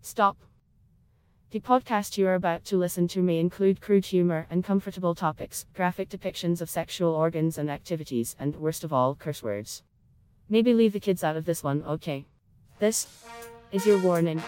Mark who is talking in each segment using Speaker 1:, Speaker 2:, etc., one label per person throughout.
Speaker 1: Stop. The podcast you are about to listen to may include crude humor, uncomfortable topics, graphic depictions of sexual organs and activities, and worst of all, curse words. Maybe leave the kids out of this one, okay? This is your warning.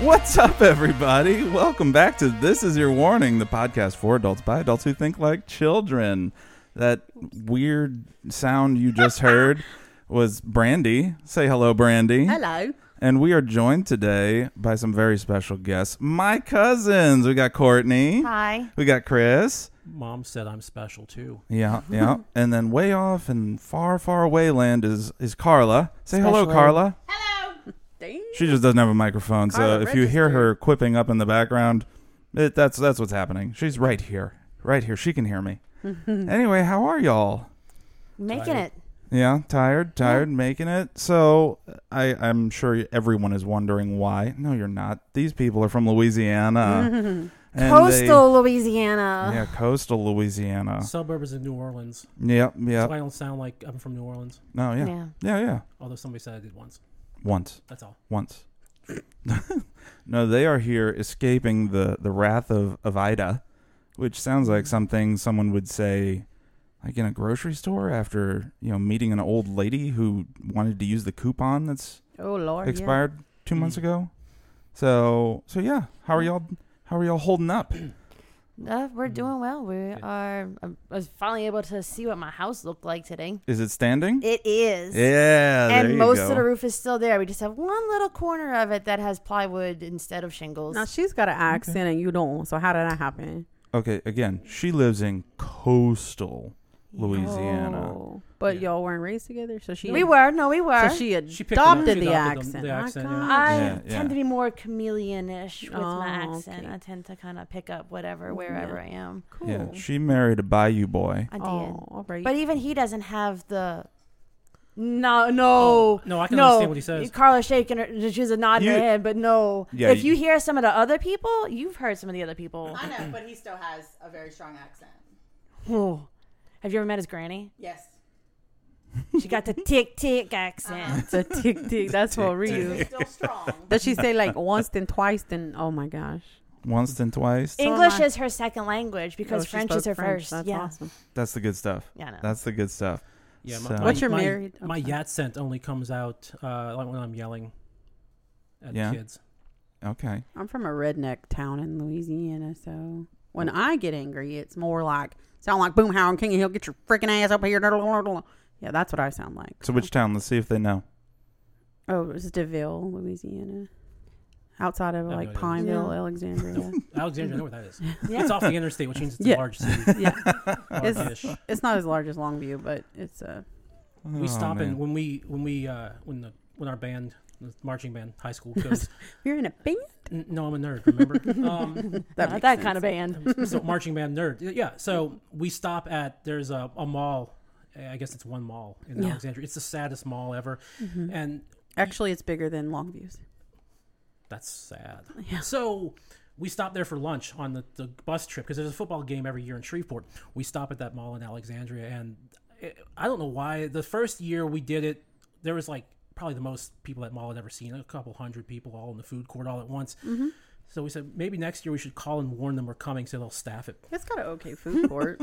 Speaker 2: What's up, everybody? Welcome back to This Is Your Warning, the podcast for adults by adults who think like children. That weird sound you just heard was Brandy. Say hello, Brandy.
Speaker 3: Hello.
Speaker 2: And we are joined today by some very special guests. My cousins. We got Courtney.
Speaker 3: Hi.
Speaker 2: We got Chris.
Speaker 4: Mom said I'm special too.
Speaker 2: Yeah, yeah. and then way off and far, far away land is is Carla. Say hello,
Speaker 1: Special ed.
Speaker 2: Carla.
Speaker 3: Dang.
Speaker 2: She just doesn't have a microphone, so
Speaker 3: Carla
Speaker 2: if you hear her quipping up in the background, it, that's that's what's happening. She's right here, right here. She can hear me. anyway, how are y'all?
Speaker 3: Making it.
Speaker 2: Yeah, tired, tired, making it. So I, I'm sure everyone is wondering why. No, you're not. These people are from Louisiana, And they-
Speaker 3: Coastal Louisiana.
Speaker 2: yeah, coastal Louisiana.
Speaker 4: Suburbs of New Orleans.
Speaker 2: Yep,
Speaker 4: That's why
Speaker 2: yep.
Speaker 4: I don't sound like I'm from New Orleans.
Speaker 2: No, yeah,
Speaker 3: Yeah.
Speaker 2: yeah, yeah.
Speaker 4: Although somebody said I did once.
Speaker 2: Once.
Speaker 4: That's all.
Speaker 2: once. no, they are here escaping the, the wrath of, of Ida, which sounds like something someone would say like in a grocery store after, you know, meeting an old lady who wanted to use the coupon that's
Speaker 3: Oh Mm-hmm. Lord.
Speaker 2: expired two months ago. So so yeah. How are y'all how are y'all holding up?
Speaker 3: Yeah. Uh,
Speaker 2: Mm-hmm.
Speaker 3: we're doing well. We are. uh, I was finally able to see what my house looked like today.
Speaker 2: Is it standing?
Speaker 3: It is.
Speaker 2: yeah. there you
Speaker 3: and most
Speaker 2: go.
Speaker 3: of the roof is still there. We just have one little corner of it that has plywood instead of shingles.
Speaker 5: Now she's got an accent and you don't. So how did that happen?
Speaker 2: Okay, again, she lives in coastal Louisiana.
Speaker 5: Oh, but
Speaker 4: Yeah.
Speaker 5: y'all weren't raised together, so she
Speaker 3: we were. No, we were.
Speaker 5: So she adopted,
Speaker 4: She picked 'em up. She
Speaker 5: the
Speaker 4: adopted 'em,
Speaker 5: accent.
Speaker 4: the
Speaker 5: My
Speaker 4: accent, yeah.
Speaker 5: God.
Speaker 3: I
Speaker 2: Yeah, yeah.
Speaker 3: tend to be more chameleon-ish with my
Speaker 5: Oh,
Speaker 3: accent.
Speaker 5: okay.
Speaker 3: I tend to kind of pick up whatever wherever I am.
Speaker 5: Cool.
Speaker 2: Yeah, she married a bayou boy.
Speaker 3: I did.
Speaker 5: oh, all right.
Speaker 3: But even he doesn't have the. No,
Speaker 2: Oh.
Speaker 3: no,
Speaker 4: no, I can understand what he says.
Speaker 3: Carla's shaking her; she's a nod
Speaker 2: You-
Speaker 3: her head, but no.
Speaker 2: Yeah,
Speaker 3: if
Speaker 2: you-
Speaker 3: you, hear some of the other people, you've heard some of the other people.
Speaker 6: I know, but he still has a very strong accent.
Speaker 3: Oh. Have you ever met his granny?
Speaker 6: Yes.
Speaker 3: She got the tick tick accent.
Speaker 5: the tick tick. That's for real.
Speaker 6: He's still strong.
Speaker 5: Does she say like once then twice then? Oh my gosh.
Speaker 2: Once then twice.
Speaker 5: am
Speaker 3: English
Speaker 5: I.
Speaker 3: is her second language because
Speaker 5: Oh, she
Speaker 3: French
Speaker 5: spoke
Speaker 3: is her
Speaker 5: French.
Speaker 3: first.
Speaker 5: That's
Speaker 3: yeah,
Speaker 5: awesome.
Speaker 2: That's the good stuff.
Speaker 3: yeah, I know.
Speaker 2: That's the good stuff.
Speaker 4: Yeah.
Speaker 2: So-
Speaker 5: What's your
Speaker 4: my,
Speaker 5: married-
Speaker 4: My
Speaker 5: okay.
Speaker 4: accent only comes out uh, like when I'm yelling at
Speaker 2: Yeah.
Speaker 4: kids.
Speaker 2: Okay.
Speaker 5: I'm from a redneck town in Louisiana, so when I get angry, it's more like sound like boom, how King of Hill, get your freaking ass up here. Yeah, that's what I sound like.
Speaker 2: So which town? Let's see if they know.
Speaker 5: Oh, it's DeVille, Louisiana. Outside of
Speaker 4: I have
Speaker 5: like
Speaker 4: no idea.
Speaker 5: Pineville,
Speaker 3: Yeah.
Speaker 5: Alexandria.
Speaker 4: Alexandria, I know where that is.
Speaker 3: Yeah.
Speaker 4: It's off the interstate, which means it's a
Speaker 5: Yeah.
Speaker 4: large city.
Speaker 5: yeah.
Speaker 4: Large-ish.
Speaker 5: It's not as large as Longview, but it's uh
Speaker 2: Oh,
Speaker 4: We stop
Speaker 2: man.
Speaker 4: and when we when we uh, when the when our band, the marching band, high school goes.
Speaker 5: you're in a band.
Speaker 4: N- no, I'm a nerd. Remember.
Speaker 3: Not
Speaker 4: Um,
Speaker 5: makes
Speaker 3: that
Speaker 5: sense.
Speaker 3: kind of band.
Speaker 4: so marching band nerd. Yeah. So we stop at there's a, a mall. I guess it's one mall in
Speaker 5: Yeah.
Speaker 4: Alexandria. It's the saddest mall ever, and
Speaker 5: Mm-hmm. Actually, it's bigger than Longview's.
Speaker 4: that's sad.
Speaker 5: Yeah.
Speaker 4: So we stopped there for lunch on the, the bus trip because there's a football game every year in Shreveport. We stop at that mall in Alexandria, and it, I don't know why. The first year we did it, there was like probably the most people that mall had ever seen a couple hundred people all in the food court all at once.
Speaker 5: Mm-hmm.
Speaker 4: So we said maybe next year we should call and warn them we're coming so they'll staff it.
Speaker 5: It's got an okay food court.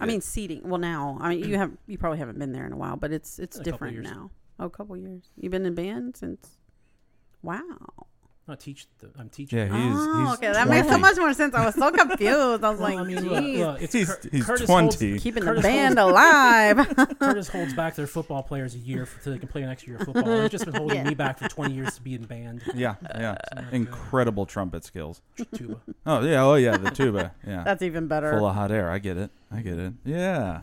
Speaker 5: I mean seating. Well, now I mean you have you probably haven't been there in a while, but it's it's
Speaker 4: A couple
Speaker 5: different
Speaker 4: years.
Speaker 5: now. Oh, a couple years. You've been in band since. Wow.
Speaker 4: Not teach. The, I'm teaching.
Speaker 2: Yeah, he's,
Speaker 5: oh,
Speaker 2: he's
Speaker 5: okay. That makes so
Speaker 2: 20.
Speaker 5: much more sense. I was so confused. I
Speaker 4: Well,
Speaker 5: was like,
Speaker 4: I mean, look,
Speaker 5: geez,
Speaker 4: look, it's
Speaker 2: He's-
Speaker 4: Cur-
Speaker 2: he's
Speaker 4: Curtis
Speaker 2: 20.
Speaker 4: Holds,
Speaker 5: keeping the
Speaker 4: Curtis
Speaker 5: band alive.
Speaker 4: Curtis holds back their football players a year for, so they can play an extra year of football. It's just been holding me back for 20 years to be in band.
Speaker 2: Yeah, yeah. Incredible trumpet skills.
Speaker 4: Tuba.
Speaker 2: Oh yeah, oh yeah, the tuba. Yeah.
Speaker 5: That's even better.
Speaker 2: Full of hot air. I get it. I get it. Yeah.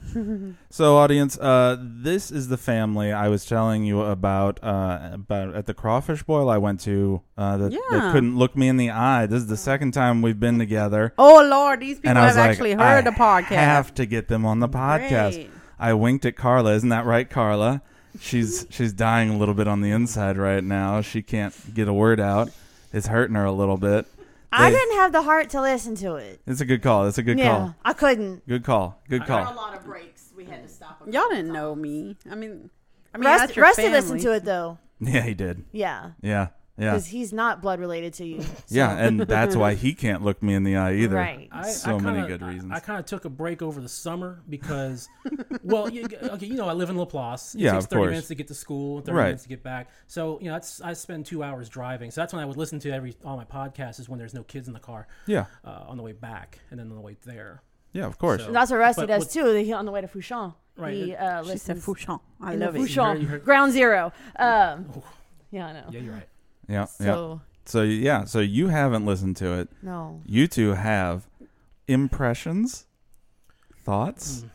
Speaker 2: so, audience, uh, this is the family I was telling you about. Uh, about at the crawfish boil I went to, uh, that, that
Speaker 5: Yeah.
Speaker 2: couldn't look me in the eye. This is the second time we've been together,
Speaker 5: Oh Lord, these people
Speaker 2: and I was
Speaker 5: have
Speaker 2: like,
Speaker 5: actually heard
Speaker 2: I
Speaker 5: the podcast.
Speaker 2: have to get them on the podcast.
Speaker 5: Great.
Speaker 2: I winked at Carla. Isn't that right, Carla? She's she's dying a little bit on the inside right now. She can't get a word out. It's hurting her a little bit.
Speaker 3: I
Speaker 2: They-
Speaker 3: didn't have the heart to listen to it.
Speaker 2: It's a good call. It's a good
Speaker 3: yeah,
Speaker 2: call.
Speaker 3: I couldn't.
Speaker 2: Good call. Good
Speaker 6: There were a
Speaker 2: call.
Speaker 6: lot of breaks. We had to stop. a
Speaker 5: Y'all
Speaker 6: couple
Speaker 5: didn't know
Speaker 6: times.
Speaker 5: me. I mean, I mean,
Speaker 3: Rest,
Speaker 5: that's your
Speaker 3: Rusty listened
Speaker 5: family.
Speaker 3: to it though.
Speaker 2: Yeah, he did.
Speaker 3: Yeah,
Speaker 2: Yeah. Yeah.
Speaker 3: because he's not blood related to you.
Speaker 2: Yeah, and that's why he can't look me in the eye either.
Speaker 3: Right.
Speaker 4: I,
Speaker 2: So
Speaker 4: I kinda,
Speaker 2: many good reasons.
Speaker 4: I, kind of took a break over the summer because, well, you, okay, you know, I live in Laplace. It
Speaker 2: Yeah,
Speaker 4: takes
Speaker 2: of
Speaker 4: 30
Speaker 2: course.
Speaker 4: minutes to get to school, 30
Speaker 2: Right.
Speaker 4: minutes to get back. So, you know, that's, I spend two hours driving. So that's when I would listen to every all my podcasts is when there's no kids in the car
Speaker 2: yeah.
Speaker 4: uh, on the way back and then on the way there.
Speaker 2: Yeah, of course.
Speaker 4: So-
Speaker 3: And that's what Rusty
Speaker 4: But
Speaker 3: does
Speaker 4: what-
Speaker 3: too. He, on the way to Fouchon,
Speaker 4: Right,
Speaker 3: he
Speaker 4: it-
Speaker 3: uh,
Speaker 5: She said
Speaker 3: listens.
Speaker 5: Fouchon. I
Speaker 3: in the
Speaker 5: love it. Oh.
Speaker 4: You heard- you
Speaker 3: Fouchon,
Speaker 4: heard-
Speaker 3: ground zero. Um, yeah, I know.
Speaker 4: Yeah, you're right.
Speaker 2: yeah, yeah.
Speaker 3: So
Speaker 2: So yeah, so you haven't listened to it.
Speaker 3: no,
Speaker 2: You two have impressions, thoughts.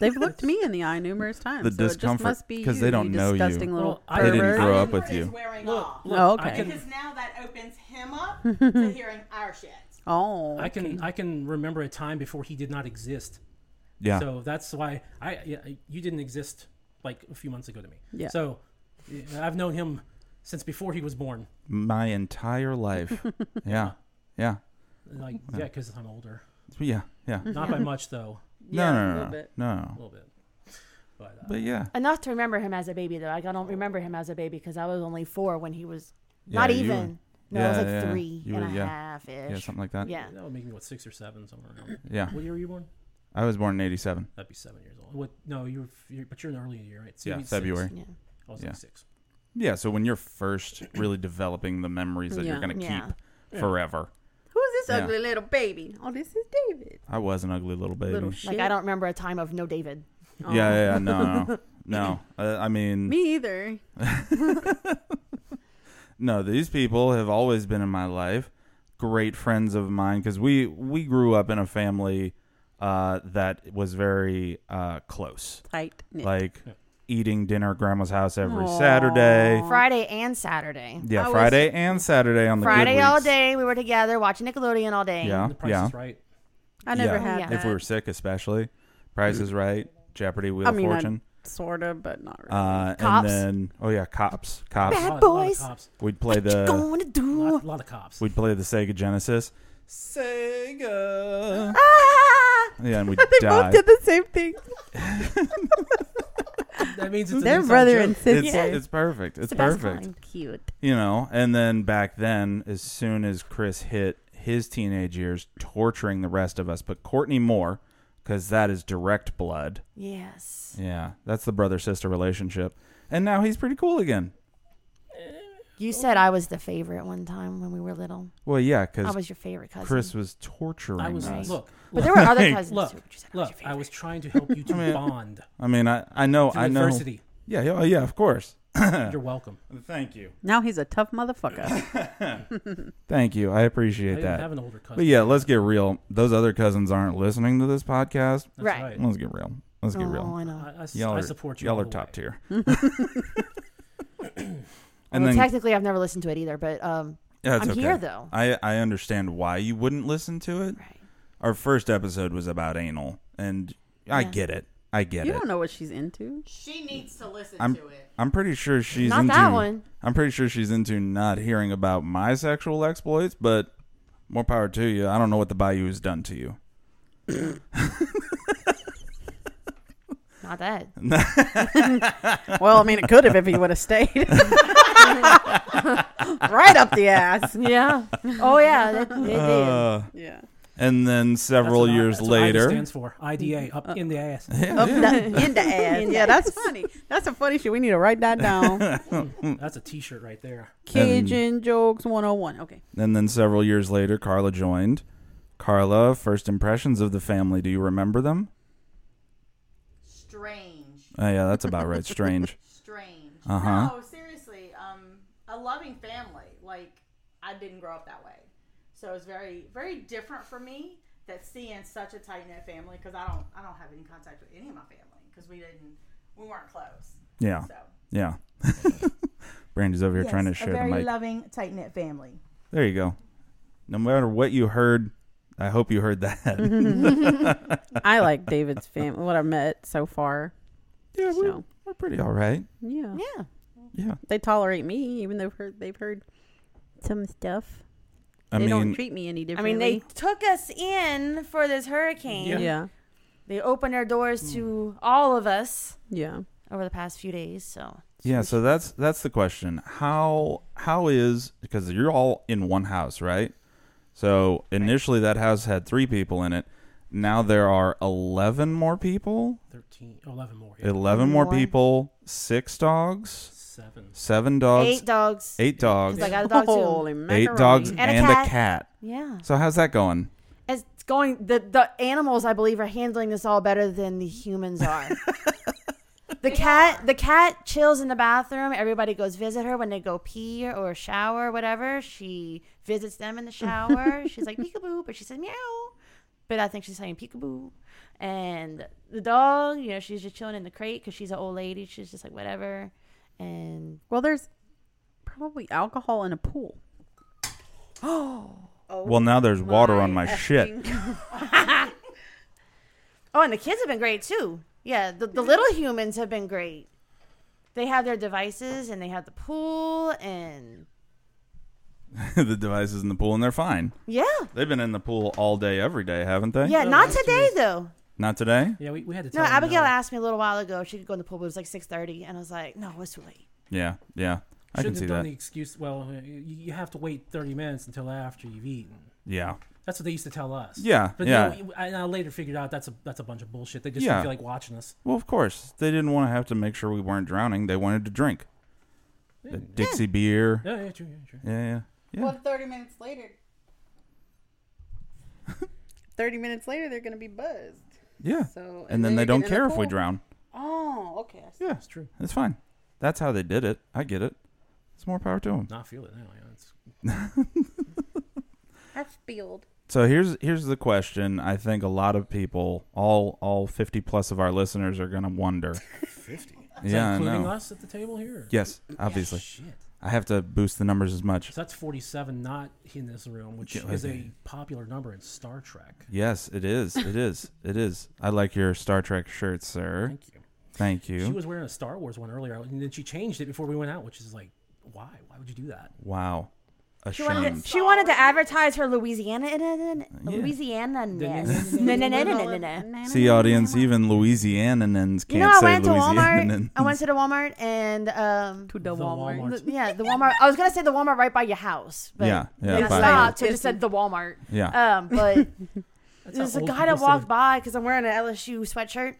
Speaker 5: They've looked me in the eye numerous times.
Speaker 2: The
Speaker 5: so
Speaker 2: discomfort,
Speaker 5: it just must be
Speaker 2: 'cause
Speaker 5: you,
Speaker 2: they don't know you.
Speaker 5: disgusting
Speaker 4: Well,
Speaker 5: little
Speaker 4: I
Speaker 2: They
Speaker 5: pervert.
Speaker 2: didn't grow up
Speaker 6: But
Speaker 2: with
Speaker 6: it's
Speaker 2: you.
Speaker 6: wearing
Speaker 4: Look,
Speaker 6: off.
Speaker 4: look
Speaker 5: Oh,
Speaker 4: I
Speaker 5: okay.
Speaker 4: can,
Speaker 6: Because now that opens him up to hearing our shit.
Speaker 5: Oh,
Speaker 4: I can, I can remember a time before he did not exist.
Speaker 2: Yeah.
Speaker 4: So that's why I yeah, you didn't exist like a few months ago to me.
Speaker 5: Yeah.
Speaker 4: So yeah, I've known him since before he was born.
Speaker 2: My entire life. yeah. Yeah.
Speaker 4: Like yeah, because I'm older.
Speaker 2: Yeah. Yeah.
Speaker 3: Mm-hmm.
Speaker 4: Not by much though,
Speaker 5: Yeah,
Speaker 2: no,
Speaker 5: a
Speaker 2: no,
Speaker 5: little
Speaker 2: no, no,
Speaker 5: bit.
Speaker 4: a
Speaker 2: no.
Speaker 4: little bit. But, uh,
Speaker 2: But yeah.
Speaker 3: enough to remember him as a baby though. Like, I don't remember him as a baby because I was only four when he was not
Speaker 2: Yeah, you
Speaker 3: even. No, I was
Speaker 2: yeah,
Speaker 3: like
Speaker 2: yeah.
Speaker 3: three
Speaker 2: You
Speaker 3: and
Speaker 2: were-
Speaker 3: a
Speaker 2: yeah.
Speaker 3: half
Speaker 2: Yeah,
Speaker 3: ish.
Speaker 2: something like that.
Speaker 3: Yeah.
Speaker 4: that would make me what six or seven somewhere. Around.
Speaker 2: Yeah.
Speaker 4: What year were you born?
Speaker 2: I was born in 87.
Speaker 4: That'd be seven years old. What? No, you were. You're, but you're in the early year, right? So
Speaker 2: Yeah,
Speaker 4: you'd six.
Speaker 2: February.
Speaker 3: yeah.
Speaker 4: I was
Speaker 2: Yeah.
Speaker 4: like six.
Speaker 2: Yeah, so when you're first really developing the memories that you're
Speaker 5: Yeah.
Speaker 2: going to
Speaker 3: Yeah.
Speaker 2: keep forever.
Speaker 5: who's this
Speaker 2: Yeah.
Speaker 5: ugly little baby? Oh, this is David.
Speaker 2: I was an ugly little baby.
Speaker 5: Little
Speaker 2: yeah,
Speaker 5: shit.
Speaker 3: Like I don't remember a time of no David.
Speaker 5: Oh.
Speaker 2: yeah, yeah, no, no. No. Uh, I mean,
Speaker 5: Me either.
Speaker 2: no, these people have always been in my life, great friends of mine cuz we we grew up in a family uh, that was very uh, close.
Speaker 5: Tight knit.
Speaker 2: Like eating dinner at grandma's house every Saturday.
Speaker 3: Friday and Saturday.
Speaker 2: Yeah,
Speaker 5: I was-
Speaker 2: Friday and Saturday on the good
Speaker 3: Friday all
Speaker 2: weeks.
Speaker 3: day we were together watching Nickelodeon all day.
Speaker 2: Yeah,
Speaker 4: The Price
Speaker 2: yeah.
Speaker 4: is Right.
Speaker 5: I never
Speaker 2: yeah.
Speaker 5: had
Speaker 3: Yeah.
Speaker 2: If
Speaker 5: that.
Speaker 2: we were sick, espfortunally, Price is Right, Jeopardy, Wheel
Speaker 5: I mean,
Speaker 2: of
Speaker 5: I
Speaker 2: Fortune,
Speaker 5: sort of, but not really.
Speaker 2: uh,
Speaker 3: Cops.
Speaker 2: and then oh yeah, cops, cops.
Speaker 3: Bad
Speaker 4: A lot- a lot of
Speaker 3: boys.
Speaker 4: cops.
Speaker 2: We'd play the
Speaker 3: Gonna
Speaker 4: A
Speaker 3: do.
Speaker 4: lot, lot of cops.
Speaker 2: we'd play the Sega Genesis. Sega.
Speaker 5: ah!
Speaker 2: Yeah, and we'd
Speaker 5: They
Speaker 2: die.
Speaker 5: both did the same thing.
Speaker 4: that means it's an
Speaker 5: They're
Speaker 4: inside
Speaker 5: brother
Speaker 4: joke.
Speaker 5: and sister.
Speaker 2: It's it's perfect. It's
Speaker 3: the best
Speaker 2: perfect.
Speaker 3: kind.
Speaker 5: cute.
Speaker 2: You know, and then back then, as soon as Chris hit his teenage years, torturing the rest of us, but Courtney Moore, because that is direct blood.
Speaker 3: Yes.
Speaker 2: Yeah, that's the brother sister relationship. And now he's pretty cool again.
Speaker 3: You said I was the favorite one time when we were little.
Speaker 2: Well, yeah,
Speaker 3: I
Speaker 4: Oh,
Speaker 2: because
Speaker 3: was your favorite cousin.
Speaker 2: Chris was torturing
Speaker 4: I was
Speaker 2: us.
Speaker 4: look.
Speaker 3: but there were other
Speaker 2: Like,
Speaker 3: cousins
Speaker 4: Look,
Speaker 3: too. but you said I was
Speaker 4: look,
Speaker 3: your
Speaker 4: I
Speaker 3: favorite.
Speaker 4: was trying to help you to bond
Speaker 2: I mean, I, I know,
Speaker 4: through
Speaker 2: I know.
Speaker 4: adversity.
Speaker 2: Yeah, yeah, oh, yeah, of course.
Speaker 4: You're welcome.
Speaker 2: Thank you.
Speaker 5: Now he's a tough motherfucker.
Speaker 2: Thank you. I
Speaker 4: I
Speaker 2: appreciate
Speaker 4: didn't
Speaker 2: that.
Speaker 4: have an older cousin.
Speaker 2: But yeah, let's get real. Those other cousins aren't listening to this podcast.
Speaker 4: That's
Speaker 3: Right.
Speaker 4: right.
Speaker 2: Let's get real. Let's get
Speaker 3: oh,
Speaker 2: real.
Speaker 3: I
Speaker 4: I,
Speaker 3: know.
Speaker 4: I s-
Speaker 2: Y'all are,
Speaker 4: I support you.
Speaker 2: Y'all
Speaker 4: all
Speaker 2: are
Speaker 4: the
Speaker 2: top
Speaker 4: way.
Speaker 2: tier.
Speaker 3: And
Speaker 2: and then
Speaker 3: technically, I've never listened to it either, but um,
Speaker 2: yeah, it's
Speaker 3: I'm
Speaker 2: okay.
Speaker 3: here, though.
Speaker 2: I I understand why you wouldn't listen to it.
Speaker 3: right.
Speaker 2: Our first episode was about anal, and I
Speaker 3: Yeah.
Speaker 2: get it. I get
Speaker 5: you
Speaker 2: it.
Speaker 5: don't know what she's into.
Speaker 6: She needs to listen
Speaker 2: I'm-
Speaker 6: to it.
Speaker 2: I'm pretty sure she's
Speaker 3: Not
Speaker 2: into.
Speaker 3: that one.
Speaker 2: I'm pretty sure she's into not hearing about my sexual exploits, but more power to you. I don't know what the bayou has done to you.
Speaker 3: Not that.
Speaker 5: Well, I mean, it could have if he would have stayed. right up the ass.
Speaker 3: yeah. Oh, yeah. That, it did.
Speaker 2: Uh,
Speaker 5: Yeah.
Speaker 2: and then
Speaker 4: That's
Speaker 2: several
Speaker 4: what I-
Speaker 2: years
Speaker 4: that's what IDA
Speaker 2: later, Mm.
Speaker 4: stands for IDA up in the ass.
Speaker 5: Up the, in the ass. Yeah, that's funny. That's a funny shit. We need to write that down.
Speaker 2: Mm.
Speaker 4: That's a T-shirt right there.
Speaker 5: Cajun Jokes 101. Okay.
Speaker 2: and then several years later, Carla joined. Carla, first impressions of the family. Do you remember them?
Speaker 6: Strange.
Speaker 2: Oh, yeah, that's about right. Strange.
Speaker 6: Strange.
Speaker 2: Uh-huh.
Speaker 6: No, seriously. Um, a loving family. Like I didn't grow up that way, so it was very, very different for me. that seeing such a tight knit family because I don't I don't have any contact with any of my family because we didn't we weren't close.
Speaker 2: Yeah.
Speaker 6: So
Speaker 2: Yeah. Brandy's over here trying to share
Speaker 6: a
Speaker 2: the
Speaker 6: very
Speaker 2: mic.
Speaker 6: loving tight knit family.
Speaker 2: there you go. No matter what you heard, I hope you heard that.
Speaker 5: I like David's family. What I met so far.
Speaker 2: yeah, we're,
Speaker 5: So
Speaker 2: we're pretty all right.
Speaker 5: yeah,
Speaker 3: Yeah.
Speaker 2: Yeah.
Speaker 5: they tolerate me even though they've heard, they've heard some stuff.
Speaker 2: I
Speaker 5: they don't
Speaker 2: mean,
Speaker 5: treat me any
Speaker 3: I
Speaker 5: differently.
Speaker 3: mean, they took us in for this hurricane.
Speaker 4: Yeah.
Speaker 5: yeah,
Speaker 3: They opened their doors
Speaker 2: Hmm.
Speaker 3: to all of us
Speaker 5: yeah.
Speaker 3: over the past few days. So
Speaker 2: yeah, so that's that's the question. How how is because you're all in one house, right? So initially that house had 3 people in it. Now there are 11 more people.
Speaker 4: 13, 11 more. Yeah.
Speaker 2: 11 more
Speaker 5: More.
Speaker 2: people, 6 dogs,
Speaker 4: Seven.
Speaker 2: 7 dogs,
Speaker 3: eight dogs.
Speaker 2: 8 dogs,
Speaker 3: 'Cause I got a dog too.
Speaker 5: Holy
Speaker 2: eight
Speaker 5: macaroni.
Speaker 2: dogs and,
Speaker 3: And a
Speaker 2: a, cat.
Speaker 3: cat. Yeah.
Speaker 2: So how's that going?
Speaker 3: It's going the the animals I believe are handling this all better than the humans are. the cat the cat chills in the bathroom. Everybody goes visit her when they go pee or shower or whatever. She visits them in the shower. she's like peekaboo, but she says meow. But I think she's saying peekaboo. And the dog, you know, she's just chilling in the crate because she's an old lady. She's just like whatever. And
Speaker 5: Well, there's probably alcohol in a pool.
Speaker 2: Well, now there's water on my shit.
Speaker 3: oh, and the kids have been great too. Yeah, the, the little humans have been great. They have their devices and they have the pool and
Speaker 2: the device is in the pool and they're fine.
Speaker 3: yeah,
Speaker 2: They've been in the pool all day, every day, haven't they?
Speaker 3: yeah. Not today though.
Speaker 2: Not today?
Speaker 4: Yeah, we, we had to
Speaker 3: No,
Speaker 4: tell them
Speaker 3: Abigail asked me a little while ago if she could go in the pool, but it was like six thirty, and I was like, no, it's too late.
Speaker 2: Yeah, yeah. I can
Speaker 4: Shouldn't
Speaker 2: see
Speaker 4: have done
Speaker 2: that.
Speaker 4: the excuse. Well, you- you have to wait 30 minutes until after you've eaten.
Speaker 2: Yeah.
Speaker 4: That's what they used to tell us.
Speaker 2: Yeah,
Speaker 4: but
Speaker 2: yeah.
Speaker 4: You know, I, and I later figured out that's a that's a bunch of bullshit. They just
Speaker 2: Yeah.
Speaker 4: feel like watching us.
Speaker 2: Well, of course. They didn't want to have to make sure we weren't drowning. They wanted to drink. The Dixie beer.
Speaker 4: Yeah, yeah, true, yeah, true.
Speaker 2: Yeah, yeah. Yeah.
Speaker 6: Well, thirty minutes later,
Speaker 5: 30 minutes later, they're going to be buzzed.
Speaker 2: yeah.
Speaker 5: So-
Speaker 2: and
Speaker 5: and
Speaker 2: then
Speaker 5: then
Speaker 2: they
Speaker 5: you
Speaker 2: don't
Speaker 5: get in the
Speaker 2: care if we
Speaker 5: pool.
Speaker 2: drown.
Speaker 5: Oh, okay.
Speaker 2: Yeah,
Speaker 4: It's true.
Speaker 2: it's fine. That's how they did it. I get it. It's more power to them.
Speaker 4: Not feel it now. Yeah, it's,
Speaker 5: I spilled.
Speaker 2: So here's here's the question. I think a lot of people, all all fifty plus of our listeners, are gonna wonder.
Speaker 4: is
Speaker 2: yeah,
Speaker 4: that including
Speaker 2: I know.
Speaker 4: us at the table here?
Speaker 2: Yes, obviously.
Speaker 4: Shit.
Speaker 2: I have to boost the numbers as much.
Speaker 4: So that's 47 not in this room, which
Speaker 2: Yeah,
Speaker 4: is
Speaker 2: okay.
Speaker 4: a popular number in Star Trek.
Speaker 2: Yes, it is. It is. It is. I like your Star Trek shirt, sir.
Speaker 4: Thank you.
Speaker 2: Thank
Speaker 4: She
Speaker 2: you.
Speaker 4: was wearing a Star Wars one earlier, and then she changed it before we went out, which is like, why? Why would you do that?
Speaker 2: Wow.
Speaker 3: She wanted
Speaker 2: Ashamed.
Speaker 3: to, she wanted to advertise her Louisiana Louisiana no no no no no no.
Speaker 2: See, audience, even Louisianans can't
Speaker 3: You know, I
Speaker 2: say
Speaker 3: went to Walmart.
Speaker 2: Louisianans.
Speaker 3: I went to the Walmart and um,
Speaker 5: To the
Speaker 4: The
Speaker 5: Walmart.
Speaker 4: Walmart.
Speaker 3: the- yeah, the Walmart. I was gonna say the Walmart right by your house, but
Speaker 2: Yeah, yeah,
Speaker 3: then I
Speaker 2: by-
Speaker 3: stopped. So I just said the Walmart.
Speaker 2: Yeah.
Speaker 3: Um, but
Speaker 4: That's how
Speaker 3: there's a
Speaker 4: old
Speaker 3: guy
Speaker 4: people
Speaker 3: that
Speaker 4: say
Speaker 3: walked
Speaker 4: it.
Speaker 3: by because I'm wearing an LSU sweatshirt,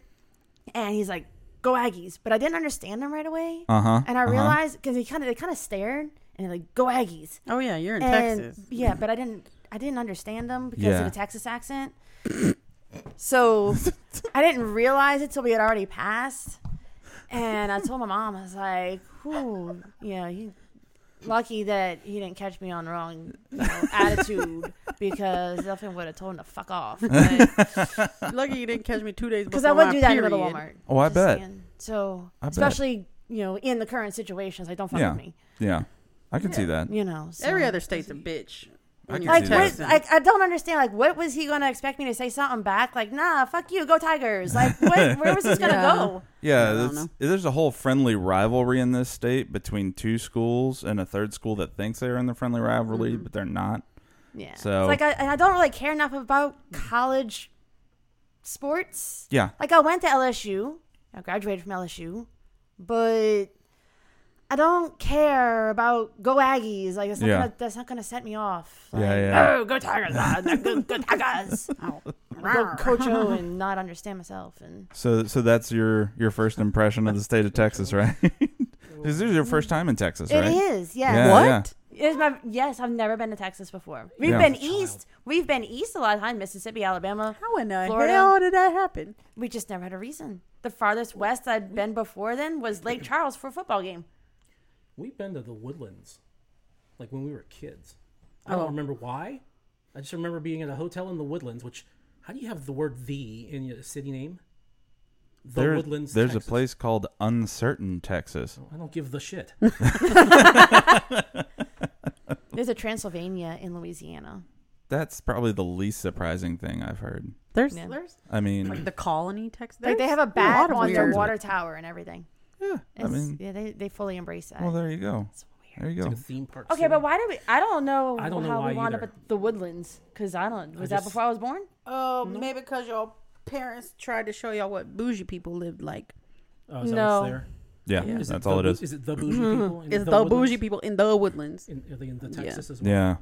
Speaker 3: and he's like, "Go Aggies!" But I didn't understand him right away,
Speaker 4: Uh-huh.
Speaker 2: Uh huh.
Speaker 3: and I realized because he kind of they kind of stared and they're like, "Go Aggies!"
Speaker 5: Oh, yeah. You're in
Speaker 3: and
Speaker 5: Texas.
Speaker 3: yeah, but I didn't I didn't understand them because
Speaker 2: Yeah.
Speaker 3: of the Texas accent. so I didn't realize it till we had already passed, and I told my mom I was like, "Ooh, yeah, he." Lucky that he didn't catch me on the wrong you know, attitude because nothing would have told him to fuck off. Because
Speaker 5: Lucky you didn't catch me two days before.
Speaker 3: I wouldn't
Speaker 5: my
Speaker 3: do that in the
Speaker 5: period.
Speaker 3: middle of Walmart.
Speaker 2: Oh, I
Speaker 3: Just
Speaker 2: bet.
Speaker 3: saying. So,
Speaker 2: I bet.
Speaker 3: especially you know, in the current situations, like don't fuck
Speaker 2: Yeah.
Speaker 3: with me.
Speaker 2: Yeah. I can see that.
Speaker 3: You know, so.
Speaker 5: Every other state's a bitch.
Speaker 2: I
Speaker 5: when
Speaker 2: can
Speaker 5: you're
Speaker 2: see
Speaker 3: Like
Speaker 5: in
Speaker 2: that.
Speaker 3: what?
Speaker 5: Texas.
Speaker 3: Like I don't understand. Like what was he gonna expect me to say something back? Like nah, fuck you, go Tigers. Like what? Where was this gonna
Speaker 5: Yeah.
Speaker 3: go?
Speaker 2: Yeah,
Speaker 5: don't
Speaker 2: that's,
Speaker 5: know.
Speaker 2: there's a whole friendly rivalry in this state between two schools and a third school that thinks they're in the friendly rivalry, but they're not.
Speaker 3: Yeah.
Speaker 2: So-
Speaker 3: it's like I, and I don't really care enough about college sports.
Speaker 2: Yeah,
Speaker 3: Like I went to LSU. I graduated from LSU, but I don't care about go Aggies. Like that's not
Speaker 2: Yeah.
Speaker 3: gonna that's not gonna set me off. Like,
Speaker 2: Yeah, yeah.
Speaker 3: Oh, go Tigers! ah, go, go Tigers! go Coach O and not understand myself and.
Speaker 2: So, so that's your your first impression of the state of Texas, right? Because this is your first time in Texas,
Speaker 3: It
Speaker 2: right?
Speaker 3: is, yeah.
Speaker 2: Yeah, What? yeah.
Speaker 3: It's my yes. I've never been to Texas before. We've
Speaker 2: Yeah.
Speaker 3: been east. We've been east a lot of time. Mississippi, Alabama.
Speaker 5: How in the
Speaker 3: Florida.
Speaker 5: hell did that happen?
Speaker 3: We just never had a reason. The farthest west I'd been before then was Lake Charles for a football game.
Speaker 4: We've been to the woodlands,
Speaker 3: Oh.
Speaker 4: like when we were kids. I don't remember why. I just remember being at a hotel in the woodlands, which How do you have the word "the" in your city name? The
Speaker 2: There-
Speaker 4: Woodlands.
Speaker 2: There's
Speaker 4: Texas.
Speaker 2: a place called Uncertain, Texas.
Speaker 4: I don't give the shit.
Speaker 3: There's a Transylvania in Louisiana.
Speaker 2: That's probably the least surprising thing I've heard.
Speaker 5: There's
Speaker 3: Yeah.
Speaker 5: there's
Speaker 2: I mean,
Speaker 5: like the colony text.
Speaker 3: Like they have a
Speaker 5: lot
Speaker 3: bat
Speaker 5: of
Speaker 3: on their
Speaker 5: weird-
Speaker 3: water tower and everything.
Speaker 2: yeah, I
Speaker 3: It's-
Speaker 2: mean,
Speaker 3: yeah, they, they fully embrace that.
Speaker 2: well, there you go. There you
Speaker 4: It's
Speaker 2: go.
Speaker 4: like a theme park.
Speaker 3: okay,
Speaker 4: city.
Speaker 3: but why do we? I don't know,
Speaker 4: I don't know
Speaker 3: how
Speaker 4: why
Speaker 3: we wound up
Speaker 4: either.
Speaker 3: at the Woodlands because I don't. Was that
Speaker 4: just-
Speaker 3: before I was born?
Speaker 5: Oh, maybe because your parents tried to show y'all what bougie people lived like.
Speaker 4: Oh, is that
Speaker 3: No.
Speaker 4: what's there?
Speaker 2: Yeah,
Speaker 4: Is
Speaker 2: that's
Speaker 4: the
Speaker 2: all it
Speaker 4: bou-
Speaker 2: is.
Speaker 4: Is it the bougie people? in
Speaker 5: It's the,
Speaker 4: Woodlands?
Speaker 5: bougie people in the woodlands.
Speaker 4: In, are they in the Texas as well?
Speaker 2: Yeah.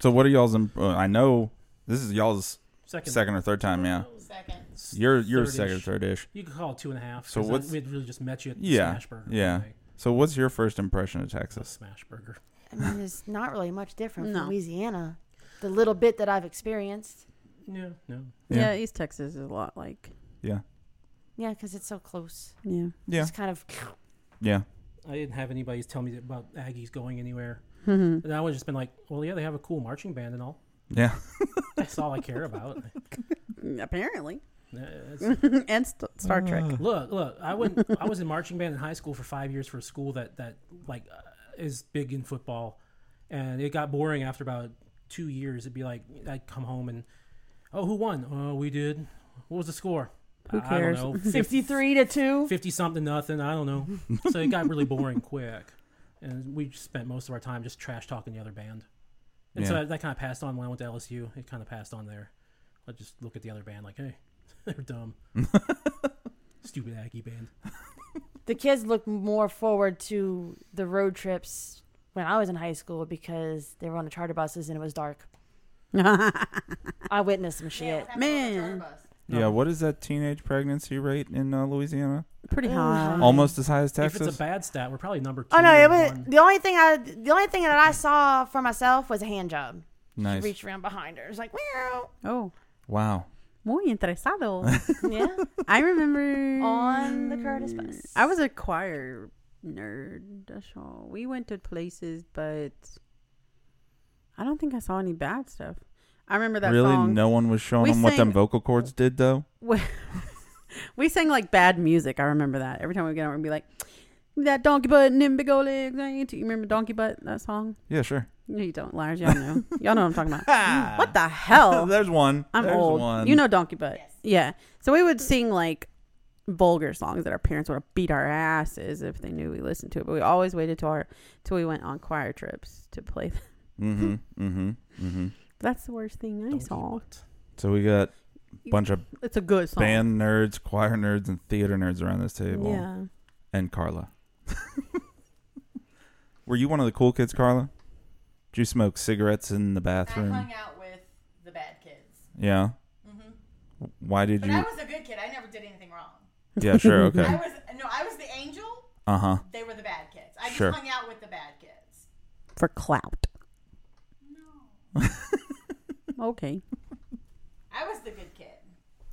Speaker 2: So what are y'all's? Im- uh, I know this is y'all's
Speaker 4: Second.
Speaker 2: second or third time. Yeah,
Speaker 6: Second.
Speaker 2: you're you're
Speaker 4: Third-ish.
Speaker 2: second or third ish.
Speaker 4: You could call it two and a half.
Speaker 2: So
Speaker 4: So
Speaker 2: what's-
Speaker 4: what? We'd really just met you at
Speaker 2: Yeah,
Speaker 4: Smashburger.
Speaker 2: yeah.
Speaker 4: anyway.
Speaker 2: So what's your first impression of Texas?
Speaker 4: Smashburger.
Speaker 3: I mean, it's not really much different
Speaker 5: No.
Speaker 3: from Louisiana. The little bit that I've experienced.
Speaker 4: No, no.
Speaker 5: Yeah.
Speaker 2: Yeah.
Speaker 5: East Texas is a lot like
Speaker 2: Yeah,
Speaker 3: Yeah, because it's so close.
Speaker 5: yeah.
Speaker 2: yeah,
Speaker 3: It's kind of.
Speaker 2: yeah.
Speaker 4: I didn't have anybody tell me about Aggies going anywhere.
Speaker 5: Mm-hmm.
Speaker 4: And I would just been like, well, yeah, they have a cool marching band and all.
Speaker 2: Yeah,
Speaker 4: That's all I care about.
Speaker 5: Mm, Apparently,
Speaker 4: It's-
Speaker 5: and st- Star Trek.
Speaker 4: look, look, I went. I was in marching band in high school for five years for a school that that like uh, is big in football, and it got boring after about two years. It'd be like I'd come home and, oh, who won? Oh, we did. What was the score?
Speaker 5: Who
Speaker 4: I-
Speaker 5: cares?
Speaker 4: I don't know. fif-
Speaker 3: 53 to 2.
Speaker 4: 50 something nothing i don't know so it got really boring quick and we just spent most of our time just trash talking the other band and
Speaker 2: Yeah.
Speaker 4: so that kind of passed on when i went to lsu it kind of passed on there i just look at the other band like hey they're dumb stupid aggie band
Speaker 3: the kids look more forward to the road trips when I was in high school because they were on the charter buses and it was dark. I witnessed some shit.
Speaker 5: Man.
Speaker 2: yeah. What is that teenage pregnancy rate in uh, Louisiana?
Speaker 5: Pretty high.
Speaker 2: Almost as high as Texas.
Speaker 4: if it's a bad stat we're probably number two
Speaker 3: Oh no!
Speaker 4: or
Speaker 3: It was
Speaker 4: one.
Speaker 3: the only thing I the only thing that I saw for myself was a hand job. She
Speaker 2: nice.
Speaker 3: reached around behind her. It's like, meow.
Speaker 5: Oh,
Speaker 2: Wow.
Speaker 5: muy interesado.
Speaker 3: yeah,
Speaker 5: I remember
Speaker 3: on the Curtis bus.
Speaker 5: I was a choir nerd. that's all. We went to places, but I don't think I saw any bad stuff. I remember that
Speaker 2: Really,
Speaker 5: song.
Speaker 2: no one was showing
Speaker 5: We
Speaker 2: them what them
Speaker 5: sang-
Speaker 2: vocal cords did, though.
Speaker 5: We sang like bad music. I remember that. Every time we get out, we'd be like, "That donkey butt and them big old legs." ain't it?" You remember Donkey Butt that song?
Speaker 2: Yeah, sure.
Speaker 5: No, you don't, liars. Y'all know. Y'all know what I'm talking about. what the hell?
Speaker 2: There's one.
Speaker 5: I'm
Speaker 2: There's
Speaker 5: old.
Speaker 2: One.
Speaker 5: You know Donkey Butt. Yeah. So we would sing like vulgar songs that our parents would have beat our asses if they knew we listened to it. But we always waited till our till we went on choir trips to play. them.
Speaker 2: Mm-hmm. Mm-hmm. Mm-hmm.
Speaker 5: That's the worst thing I
Speaker 4: Donkey
Speaker 5: saw.
Speaker 4: butt.
Speaker 2: So we got a bunch of
Speaker 5: It's a good song.
Speaker 2: band nerds, choir nerds, and theater nerds around this table.
Speaker 5: Yeah.
Speaker 2: And Carla. Were you one of the cool kids, Carla? Did you smoke cigarettes in the
Speaker 6: I
Speaker 2: bathroom?
Speaker 6: hung out with the bad kids.
Speaker 2: Yeah. Why did
Speaker 6: Mm-hmm. But
Speaker 2: you?
Speaker 6: I was a good kid. I never did anything wrong.
Speaker 2: yeah, sure,
Speaker 6: I
Speaker 2: okay.
Speaker 6: was no, I was the angel.
Speaker 2: Uh huh.
Speaker 6: They were the bad kids. I just
Speaker 2: Sure.
Speaker 6: hung out with the bad kids.
Speaker 5: For clout. okay.
Speaker 6: I was the good kid.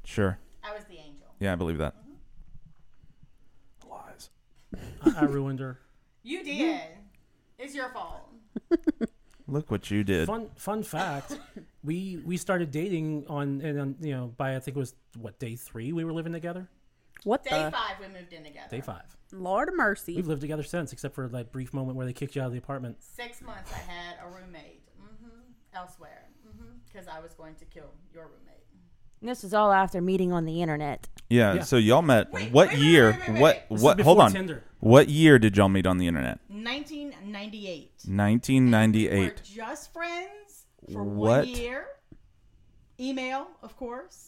Speaker 2: Sure.
Speaker 6: I was the angel.
Speaker 2: Yeah, I believe that. Lies.
Speaker 4: I, I ruined her
Speaker 6: You did. It's your fault.
Speaker 2: Look what you did.
Speaker 4: fun fun fact we we started dating on and on, you know by i think it was what day three we were living together
Speaker 5: What
Speaker 6: Day
Speaker 2: Uh,
Speaker 5: the
Speaker 6: five, we moved in together.
Speaker 4: day five
Speaker 5: Lord of Mercy?
Speaker 4: We've lived together since, except for that brief moment where they kicked you out of the apartment.
Speaker 6: Six months, I had a roommate hmm elsewhere because I was going to kill your roommate.
Speaker 3: And this was all after meeting on the internet.
Speaker 2: Yeah,
Speaker 4: Yeah.
Speaker 2: So y'all met.
Speaker 6: Wait,
Speaker 2: what
Speaker 6: wait, wait,
Speaker 2: year?
Speaker 6: wait, wait, wait. Mm-hmm.
Speaker 2: What?
Speaker 6: This
Speaker 4: is
Speaker 2: What?
Speaker 4: before
Speaker 2: Hold on.
Speaker 4: Tinder.
Speaker 2: What year did y'all meet on the internet?
Speaker 6: 1998. We were
Speaker 2: 1998.
Speaker 6: just friends for
Speaker 2: What?
Speaker 6: one year. Email, of course.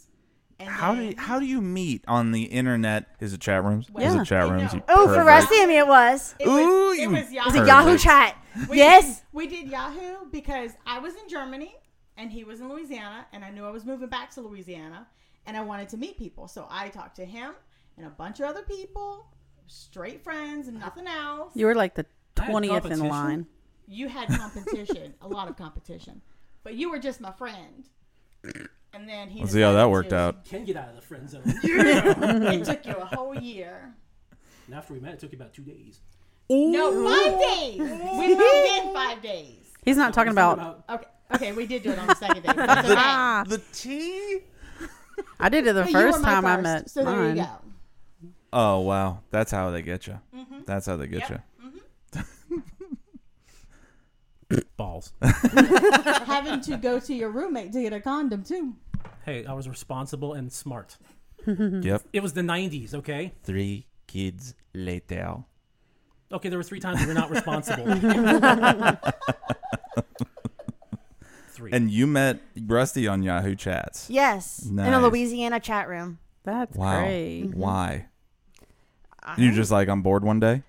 Speaker 6: And
Speaker 2: How do
Speaker 6: then-
Speaker 2: you, how do you meet on the internet? Is it chat rooms? Is
Speaker 5: Yeah.
Speaker 2: it chat rooms?
Speaker 6: No.
Speaker 2: you
Speaker 3: Oh, for
Speaker 2: pervert?
Speaker 3: Rusty, I mean, it was.
Speaker 6: It
Speaker 2: Ooh,
Speaker 6: was, it
Speaker 2: you
Speaker 3: It
Speaker 6: was Yahoo.
Speaker 3: was a
Speaker 2: Perfect.
Speaker 3: Yahoo chat.
Speaker 6: We
Speaker 3: Yes.
Speaker 6: Did, we did Yahoo because I was in Germany and he was in Louisiana, and I knew I was moving back to Louisiana, and I wanted to meet people. So I talked to him and a bunch of other people, straight friends and nothing else.
Speaker 5: You were like the
Speaker 4: had
Speaker 5: twentieth in
Speaker 4: competition?
Speaker 5: line.
Speaker 6: You had competition, a lot of competition, but you were just my friend. And then he.
Speaker 2: Let's see how that
Speaker 6: decided
Speaker 2: worked
Speaker 6: to-
Speaker 2: out.
Speaker 4: Can get out of the friend zone.
Speaker 6: It took you a whole year.
Speaker 4: and after we met, it took you about two days.
Speaker 6: No, five days. We moved in five days.
Speaker 5: He's
Speaker 2: Oh.
Speaker 5: not talking about Ah,
Speaker 6: Okay, okay, we did do it on the second day. That's okay.
Speaker 2: The tea?
Speaker 5: I did it the
Speaker 6: But you were
Speaker 5: first
Speaker 6: my
Speaker 5: time I
Speaker 6: first,
Speaker 5: met
Speaker 6: So there
Speaker 5: mine.
Speaker 6: you go.
Speaker 2: Oh wow, that's how they get you. That's how they get you.
Speaker 4: Balls.
Speaker 6: Having to go to your roommate to get a condom too.
Speaker 4: hey, I was responsible and smart.
Speaker 2: Yep.
Speaker 4: It was the 90s, okay?
Speaker 2: Three kids later.
Speaker 4: Okay, there were three times you were not responsible. three.
Speaker 2: And you met Rusty on Yahoo Chats.
Speaker 3: Yes, in a
Speaker 2: Nice.
Speaker 3: Louisiana chat room.
Speaker 5: That's
Speaker 2: Wow. Mm-hmm.
Speaker 5: great.
Speaker 6: Mm-hmm.
Speaker 2: Why? You just like I'm bored one day.
Speaker 3: Uh-huh.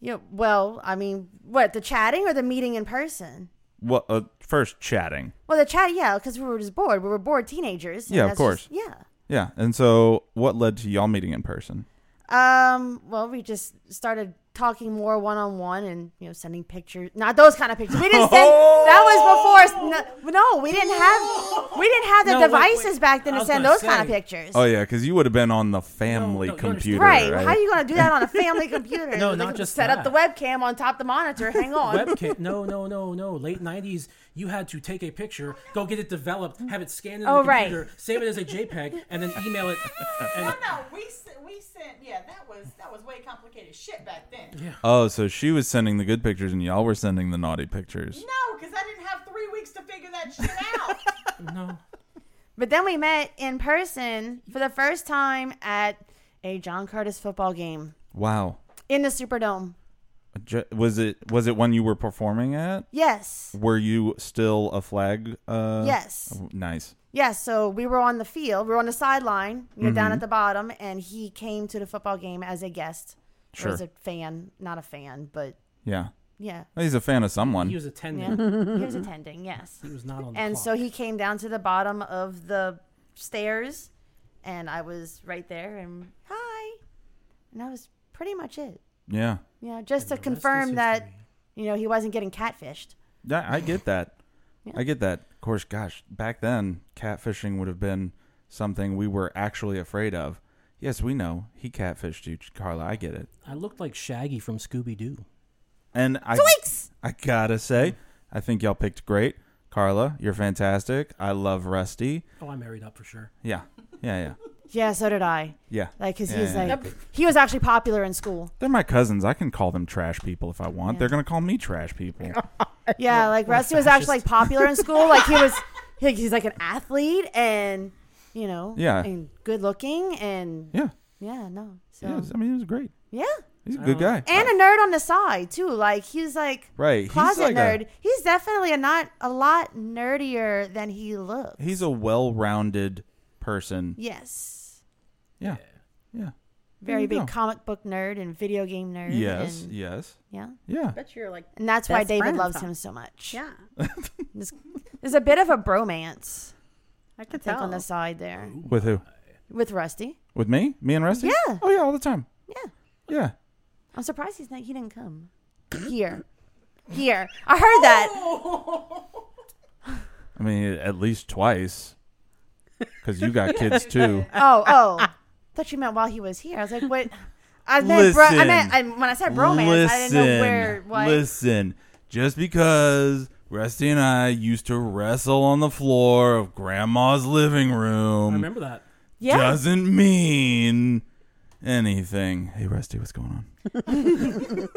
Speaker 3: Yeah. Well, I mean, what the chatting or the meeting in person?
Speaker 2: Well, uh, first chatting.
Speaker 3: Well, the chat, yeah, because we were just bored. We were bored teenagers. and
Speaker 2: Yeah, of
Speaker 3: that's
Speaker 2: course.
Speaker 3: just- yeah.
Speaker 2: Yeah. And so, what led to y'all meeting in person?
Speaker 3: Um. Well, we just started talking more one on one, and you know, sending pictures. Not those kind of pictures. We didn't send. That was before. No, no, we didn't have. We didn't have the
Speaker 4: No, wait, wait.
Speaker 3: devices back then
Speaker 4: I
Speaker 3: to
Speaker 4: was
Speaker 3: send
Speaker 4: gonna
Speaker 3: those kind of
Speaker 4: say.
Speaker 3: pictures.
Speaker 2: Oh yeah, because you would have been on the family
Speaker 4: No, no, you
Speaker 2: computer,
Speaker 3: Right.
Speaker 2: right?
Speaker 3: How are you going to do that on a family computer?
Speaker 4: No,
Speaker 3: Like,
Speaker 4: not just
Speaker 3: set up the webcam on top of the monitor. Hang on.
Speaker 4: Webkit. No, no, no, no. Late 90s, you had to take a picture, go get it developed, have it scanned into
Speaker 3: Oh,
Speaker 4: the
Speaker 3: right.
Speaker 4: computer, save it as a JPEG, and then email it. And
Speaker 6: No, we s- we sent. Yeah, that was that was way complicated shit back then.
Speaker 2: oh, so she was sending the good pictures, and y'all were sending the naughty pictures.
Speaker 6: No, because I didn't have three weeks to figure that shit out.
Speaker 4: no.
Speaker 3: But then we met in person for the first time at a John Curtis football game
Speaker 2: Wow.
Speaker 3: in the Superdome.
Speaker 2: Ju- Was it was it one you were performing at?
Speaker 3: Yes.
Speaker 2: Were you still a flag? Uh,
Speaker 3: Yes.
Speaker 2: Nice.
Speaker 3: Yes. So we were on the field. We were on the sideline. We were
Speaker 4: Mm-hmm.
Speaker 3: down at the bottom, and he came to the football game as a guest. Or
Speaker 2: Sure.
Speaker 3: as a fan. Not a fan, but
Speaker 2: Yeah.
Speaker 3: yeah.
Speaker 2: Well, He's a fan of someone.
Speaker 4: He was attending.
Speaker 3: Yeah. he was attending, yes.
Speaker 4: He was not on the
Speaker 3: And
Speaker 4: clock.
Speaker 3: so he came down to the bottom of the stairs, and I was right there, and hi. And that was pretty much it.
Speaker 2: yeah.
Speaker 3: Yeah, just to
Speaker 4: The rest is
Speaker 3: confirm that
Speaker 4: history.
Speaker 3: you know he wasn't getting catfished.
Speaker 2: Yeah, I get that. I get that. Of course, gosh, back then, catfishing would have been something we were actually afraid of. Yes, we know. He catfished you, Carla. I get it.
Speaker 4: I looked like Shaggy from Scooby Doo.
Speaker 2: And I,
Speaker 3: Zoinks!
Speaker 2: I gotta say, I think y'all picked great. Carla, you're fantastic. I love Rusty.
Speaker 4: Oh, I married up for sure.
Speaker 2: Yeah. Yeah, yeah.
Speaker 3: Yeah, so did I.
Speaker 2: Yeah.
Speaker 3: Like, cause
Speaker 2: Yeah,
Speaker 3: he's
Speaker 2: yeah, yeah.
Speaker 3: like, he was actually popular in school.
Speaker 2: They're my cousins. I can call them trash people if I want. They're gonna call me trash people.
Speaker 3: Yeah, like Rusty was actually like
Speaker 4: fascist.
Speaker 3: popular in school. Like he was, he, he's like an athlete and you know,
Speaker 2: Yeah.
Speaker 3: and good looking and
Speaker 2: Yeah.
Speaker 3: yeah, no, so
Speaker 2: Yeah. I mean, it was great.
Speaker 3: yeah,
Speaker 2: He's a good guy.
Speaker 3: and a nerd on the side too. Like he's like
Speaker 2: Right, he's
Speaker 3: closet
Speaker 2: like a-
Speaker 3: nerd. he's definitely a not a lot nerdier than he looks.
Speaker 2: He's a well-rounded person.
Speaker 3: yes,
Speaker 2: Yeah. Yeah. There
Speaker 3: very
Speaker 2: you
Speaker 3: big
Speaker 2: go.
Speaker 3: comic book nerd and video game nerd.
Speaker 2: Yes.
Speaker 3: and-
Speaker 2: Yes.
Speaker 3: yeah.
Speaker 2: Yeah.
Speaker 5: Bet you're like,
Speaker 3: And that's why
Speaker 5: Best
Speaker 3: David
Speaker 5: friends,
Speaker 3: loves
Speaker 5: huh?
Speaker 3: him so much.
Speaker 5: yeah,
Speaker 3: There's, there's a bit of a bromance,
Speaker 5: I could
Speaker 3: I think,
Speaker 5: tell.
Speaker 3: on the side there
Speaker 2: With who?
Speaker 3: with Rusty.
Speaker 2: With me? Me and Rusty?
Speaker 3: Yeah.
Speaker 2: Oh yeah, all the time.
Speaker 3: Yeah.
Speaker 2: Yeah.
Speaker 3: I'm surprised he's not, he didn't come. Here. Here. I heard that.
Speaker 2: I mean, at least twice. Because you got kids too.
Speaker 3: Oh, oh. Thought you meant while he was here. I was like, what? I meant, bro- I
Speaker 2: Listen.
Speaker 3: meant I, when I said bromance, I didn't know where, what.
Speaker 2: Listen. Just because Rusty and I used to wrestle on the floor of grandma's living
Speaker 4: I
Speaker 2: room
Speaker 4: remember that.
Speaker 3: yeah.
Speaker 2: doesn't mean anything. Hey Rusty, what's going on?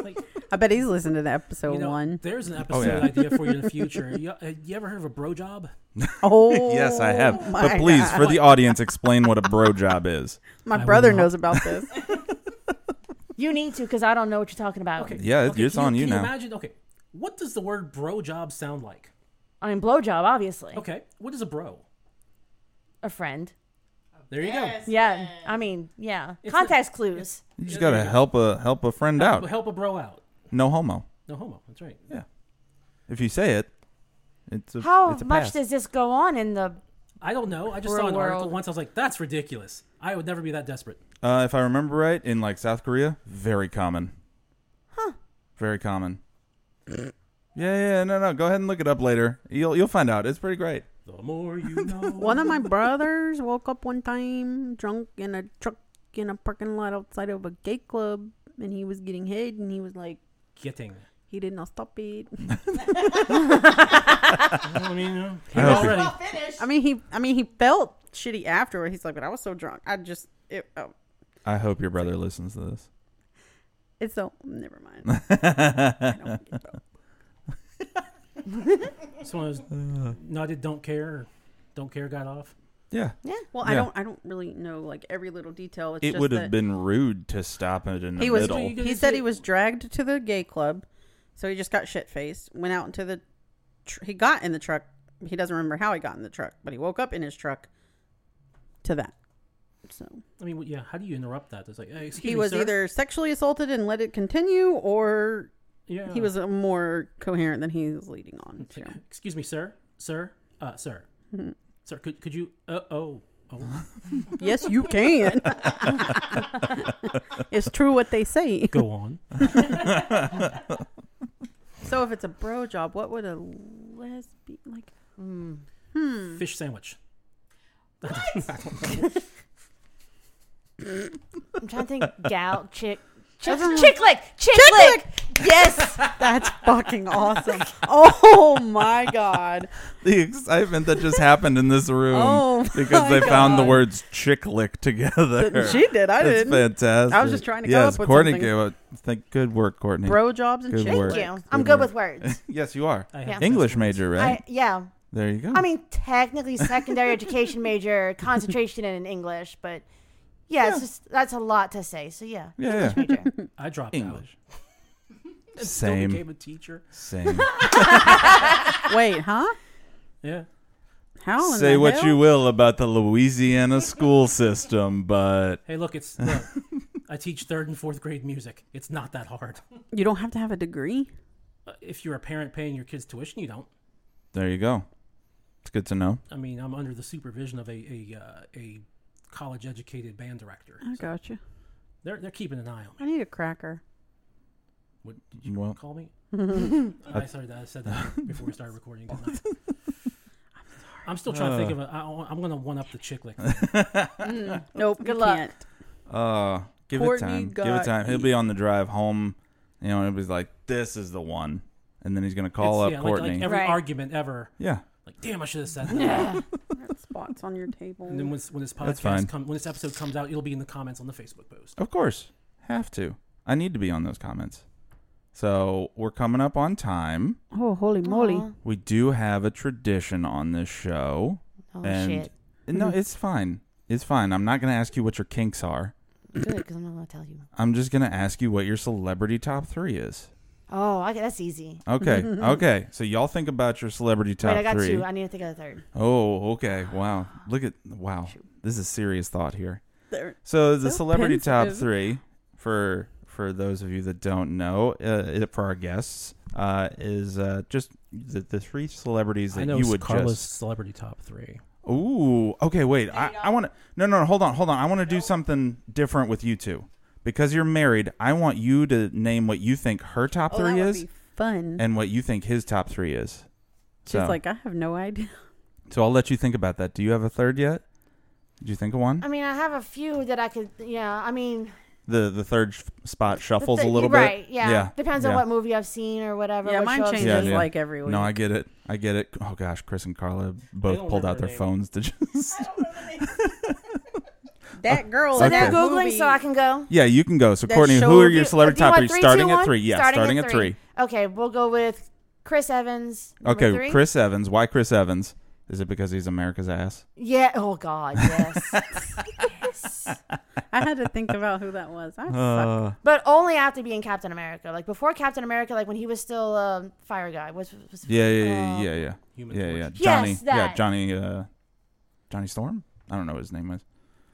Speaker 4: Like,
Speaker 5: I bet he's listened to the episode
Speaker 4: you know,
Speaker 5: one.
Speaker 4: there's an episode
Speaker 2: yeah.
Speaker 4: idea for you in the future. You, uh, you ever heard of a bro job?
Speaker 5: Oh,
Speaker 2: Yes, I have.
Speaker 5: my
Speaker 2: but please,
Speaker 5: God.
Speaker 2: for the audience, explain what a bro job is.
Speaker 5: my
Speaker 4: will
Speaker 5: brother
Speaker 4: not-
Speaker 5: knows about this.
Speaker 3: You need to because I don't know what you're talking about.
Speaker 4: Okay.
Speaker 2: Yeah, it-
Speaker 4: okay,
Speaker 2: it's
Speaker 4: can
Speaker 2: on you
Speaker 4: can
Speaker 2: now.
Speaker 4: Imagine. Okay, what does the word bro job sound like?
Speaker 3: I mean, blowjob, obviously.
Speaker 4: Okay, what is a bro?
Speaker 3: A friend.
Speaker 4: There you
Speaker 6: Yes.
Speaker 3: Yeah. I mean, yeah.
Speaker 4: not-
Speaker 3: Context clues.
Speaker 2: You just gotta help a help a friend
Speaker 4: go.
Speaker 2: out.
Speaker 4: Help a bro out.
Speaker 2: No homo.
Speaker 4: No homo. That's right.
Speaker 2: If you say it, it's a,
Speaker 3: How
Speaker 2: it's a
Speaker 3: much
Speaker 2: pass.
Speaker 3: does this go on in the
Speaker 4: I don't know. I just
Speaker 3: Bro
Speaker 4: saw an article
Speaker 3: world.
Speaker 4: once. I was like, that's ridiculous. I would never be that desperate.
Speaker 2: Uh, if I remember right, in like South Korea, very common. Huh. Very common. yeah, yeah, no, no. Go ahead and look it up later. You'll you'll find out. It's pretty great.
Speaker 4: The more you know.
Speaker 5: One of my brothers woke up one time drunk in a truck in a parking lot outside of a gay club, and he was getting hit, and he was like,
Speaker 4: getting.
Speaker 5: he did not stop it.
Speaker 4: I mean, uh,
Speaker 2: I hope
Speaker 6: Well,
Speaker 4: already.
Speaker 6: finished.
Speaker 5: I mean, he, I mean, he felt shitty afterward. He's like, but I was so drunk. I just it. Oh,
Speaker 2: I hope your brother listens to this.
Speaker 5: it's so never mind. I don't give up.
Speaker 4: It's one of those nodded, don't care, or don't care, got
Speaker 2: Uh,
Speaker 4: off.
Speaker 2: Yeah.
Speaker 5: Yeah. Well, I
Speaker 2: Yeah.
Speaker 5: don't. I don't really know like every little detail. It's
Speaker 2: It
Speaker 5: just
Speaker 2: would
Speaker 5: that-
Speaker 2: have been rude to stop it in the
Speaker 5: he was
Speaker 2: middle.
Speaker 5: he said he was dragged to the gay club so he just got shit faced went out into the tr- he got in the truck he doesn't remember how he got in the truck but he woke up in his truck to that so
Speaker 4: I mean, yeah. How do you interrupt that? It's like, hey, excuse
Speaker 5: he
Speaker 4: me,
Speaker 5: was
Speaker 4: sir.
Speaker 5: either sexually assaulted and let it continue or
Speaker 4: yeah.
Speaker 5: he was uh, more coherent than he was leading on to.
Speaker 4: Excuse me, sir, sir, uh, sir,
Speaker 5: Mm-hmm.
Speaker 4: sir. Could could you? Uh, oh, oh,
Speaker 5: yes you can it's true what they say
Speaker 4: go on.
Speaker 5: so if it's a bro job what would a lesbian like
Speaker 4: Fish sandwich.
Speaker 3: I'm trying to think. Gal, chick, chick,
Speaker 5: Everyone-
Speaker 3: chick lick, chick, lick. Yes.
Speaker 5: That's fucking awesome. Oh my god.
Speaker 2: the excitement that just happened in this room
Speaker 5: Oh
Speaker 2: because
Speaker 5: my
Speaker 2: they found the
Speaker 5: God.
Speaker 2: words chick lick together.
Speaker 5: She did. I
Speaker 2: That's
Speaker 5: didn't.
Speaker 2: fantastic.
Speaker 5: I was just trying to come
Speaker 2: yes,
Speaker 5: up with
Speaker 2: Courtney
Speaker 5: something.
Speaker 2: gave up. Thank, good work, Courtney.
Speaker 5: Bro jobs and
Speaker 2: Good
Speaker 5: shit.
Speaker 2: work.
Speaker 3: Thank you.
Speaker 5: Like,
Speaker 3: I'm
Speaker 2: Good
Speaker 3: good with words.
Speaker 2: yes, you are.
Speaker 4: I have
Speaker 2: English
Speaker 4: those words.
Speaker 2: major, right?
Speaker 3: I, yeah.
Speaker 2: there you go.
Speaker 3: I mean, technically secondary education major, concentration in English, but yeah, It's just, that's a lot to say. So yeah,
Speaker 2: yeah, yeah.
Speaker 3: major.
Speaker 4: I dropped
Speaker 2: English.
Speaker 4: out. and still
Speaker 2: Same.
Speaker 4: Became a teacher.
Speaker 2: Same.
Speaker 5: Wait, huh?
Speaker 4: Yeah.
Speaker 5: How? in
Speaker 2: Say
Speaker 5: the
Speaker 2: what
Speaker 5: hell?
Speaker 2: you will about the Louisiana school system, but
Speaker 4: Hey, look, it's. Look, I teach third and fourth grade music. It's not that hard.
Speaker 5: You don't have to have a degree.
Speaker 4: Uh, If you're a parent paying your kids tuition, you don't.
Speaker 2: there you go. It's good to know.
Speaker 4: I mean, I'm under the supervision of a a, uh, a college educated band director.
Speaker 5: I got you.
Speaker 4: They're they're keeping an eye on me.
Speaker 5: I need a cracker.
Speaker 4: What did you
Speaker 2: Well-
Speaker 4: call me? Oh, I started that. I said that before we started recording. Didn't I? I'm still trying to think
Speaker 2: Uh.
Speaker 4: of a. I, I'm gonna one up the chick lick.
Speaker 5: Nope. Good
Speaker 3: luck.
Speaker 5: Can't.
Speaker 2: Uh, give it
Speaker 5: Courtney
Speaker 2: time. Give
Speaker 5: got
Speaker 2: it time. He'll be on the drive home. You know, and he'll be like, "This is the one," and then he's gonna call
Speaker 4: It's-
Speaker 2: up
Speaker 4: yeah, like-
Speaker 2: Courtney.
Speaker 4: Like, every
Speaker 3: Right.
Speaker 4: argument ever.
Speaker 2: yeah,
Speaker 4: Like, damn, I should have said that.
Speaker 5: Spots on your table.
Speaker 4: and then when, when this
Speaker 2: That's fine.
Speaker 4: podcast comes, when this episode comes out, it'll be in the comments on the Facebook post.
Speaker 2: of course, have to. I need to be on those comments. So we're coming up on time.
Speaker 5: Oh, holy moly!
Speaker 2: We do have a tradition on this show.
Speaker 3: Oh
Speaker 2: and
Speaker 3: shit!
Speaker 2: No, it's fine. It's fine. I'm not going to ask you what your kinks are.
Speaker 3: Good, because I'm not gonna tell you.
Speaker 2: I'm just going to ask you what your celebrity top three is.
Speaker 3: Oh, okay, that's easy.
Speaker 2: Okay. okay. So y'all think about your celebrity top
Speaker 3: Wait, I got
Speaker 2: three.
Speaker 3: two. I need to think of a third.
Speaker 2: oh, okay. Wow. Look at wow. This is serious thought here.
Speaker 5: There.
Speaker 2: So the
Speaker 5: So
Speaker 2: celebrity top
Speaker 5: pensive.
Speaker 2: three for for those of you that don't know, uh, it- for our guests, uh, is uh, just the, the three celebrities that you would just
Speaker 4: celebrity top three.
Speaker 2: Ooh. Okay. Wait. I, I want to. No. No. no, Hold on. Hold on. I want to do something different with you two, because you're married. I want you to name what you think her top
Speaker 5: Oh,
Speaker 2: three
Speaker 5: that would
Speaker 2: is
Speaker 5: be fun.
Speaker 2: and what you think his top three is.
Speaker 5: She's
Speaker 2: So,
Speaker 5: like, I have no idea.
Speaker 2: so I'll let you think about that. Do you have a third yet? Did you think of
Speaker 5: Uh,
Speaker 2: one?
Speaker 3: I mean, I have a few that I could. Yeah, I mean,
Speaker 2: The the third sh- spot
Speaker 3: the
Speaker 2: shuffles
Speaker 3: thi-
Speaker 2: a little
Speaker 3: right,
Speaker 2: bit.
Speaker 3: Yeah. Depends on
Speaker 2: Yeah.
Speaker 3: what movie I've seen or whatever.
Speaker 5: Yeah,
Speaker 3: what
Speaker 5: mine
Speaker 3: show I've
Speaker 5: changes
Speaker 2: Yeah,
Speaker 3: seen.
Speaker 2: yeah.
Speaker 5: like every week.
Speaker 2: No, I get it. I get it. Oh gosh, Chris and Carla both
Speaker 4: don't
Speaker 2: pulled out
Speaker 4: remember
Speaker 2: their
Speaker 4: the
Speaker 2: phones to just.
Speaker 5: that girl.
Speaker 3: So
Speaker 5: in
Speaker 3: they're
Speaker 5: that
Speaker 2: Okay.
Speaker 3: googling,
Speaker 5: movie-
Speaker 3: so I can go.
Speaker 2: Yeah, you can go. So
Speaker 5: That
Speaker 2: Courtney,
Speaker 5: show-
Speaker 2: who are
Speaker 3: Do you-
Speaker 2: your celebrity
Speaker 3: do you
Speaker 2: top three?
Speaker 3: want three, two,
Speaker 2: Starting at
Speaker 3: one?
Speaker 2: three. Yeah, starting at three.
Speaker 3: Okay, we'll go with Chris Evans. number
Speaker 2: Okay,
Speaker 3: three.
Speaker 2: Chris Evans. Why Chris Evans? Is it because he's America's ass?
Speaker 3: Yeah. Oh God. Yes. yes.
Speaker 5: I had to think about who that was. I suck.
Speaker 2: Uh,
Speaker 3: But only after being Captain America. Like before Captain America, like when he was still um, fire guy. Was, was
Speaker 2: yeah, yeah, yeah,
Speaker 3: uh,
Speaker 2: yeah, yeah, yeah,
Speaker 4: Human
Speaker 2: yeah,
Speaker 4: torch.
Speaker 2: yeah. Johnny, yeah,
Speaker 3: that.
Speaker 2: Johnny, uh, Johnny Storm. I don't know what his name was.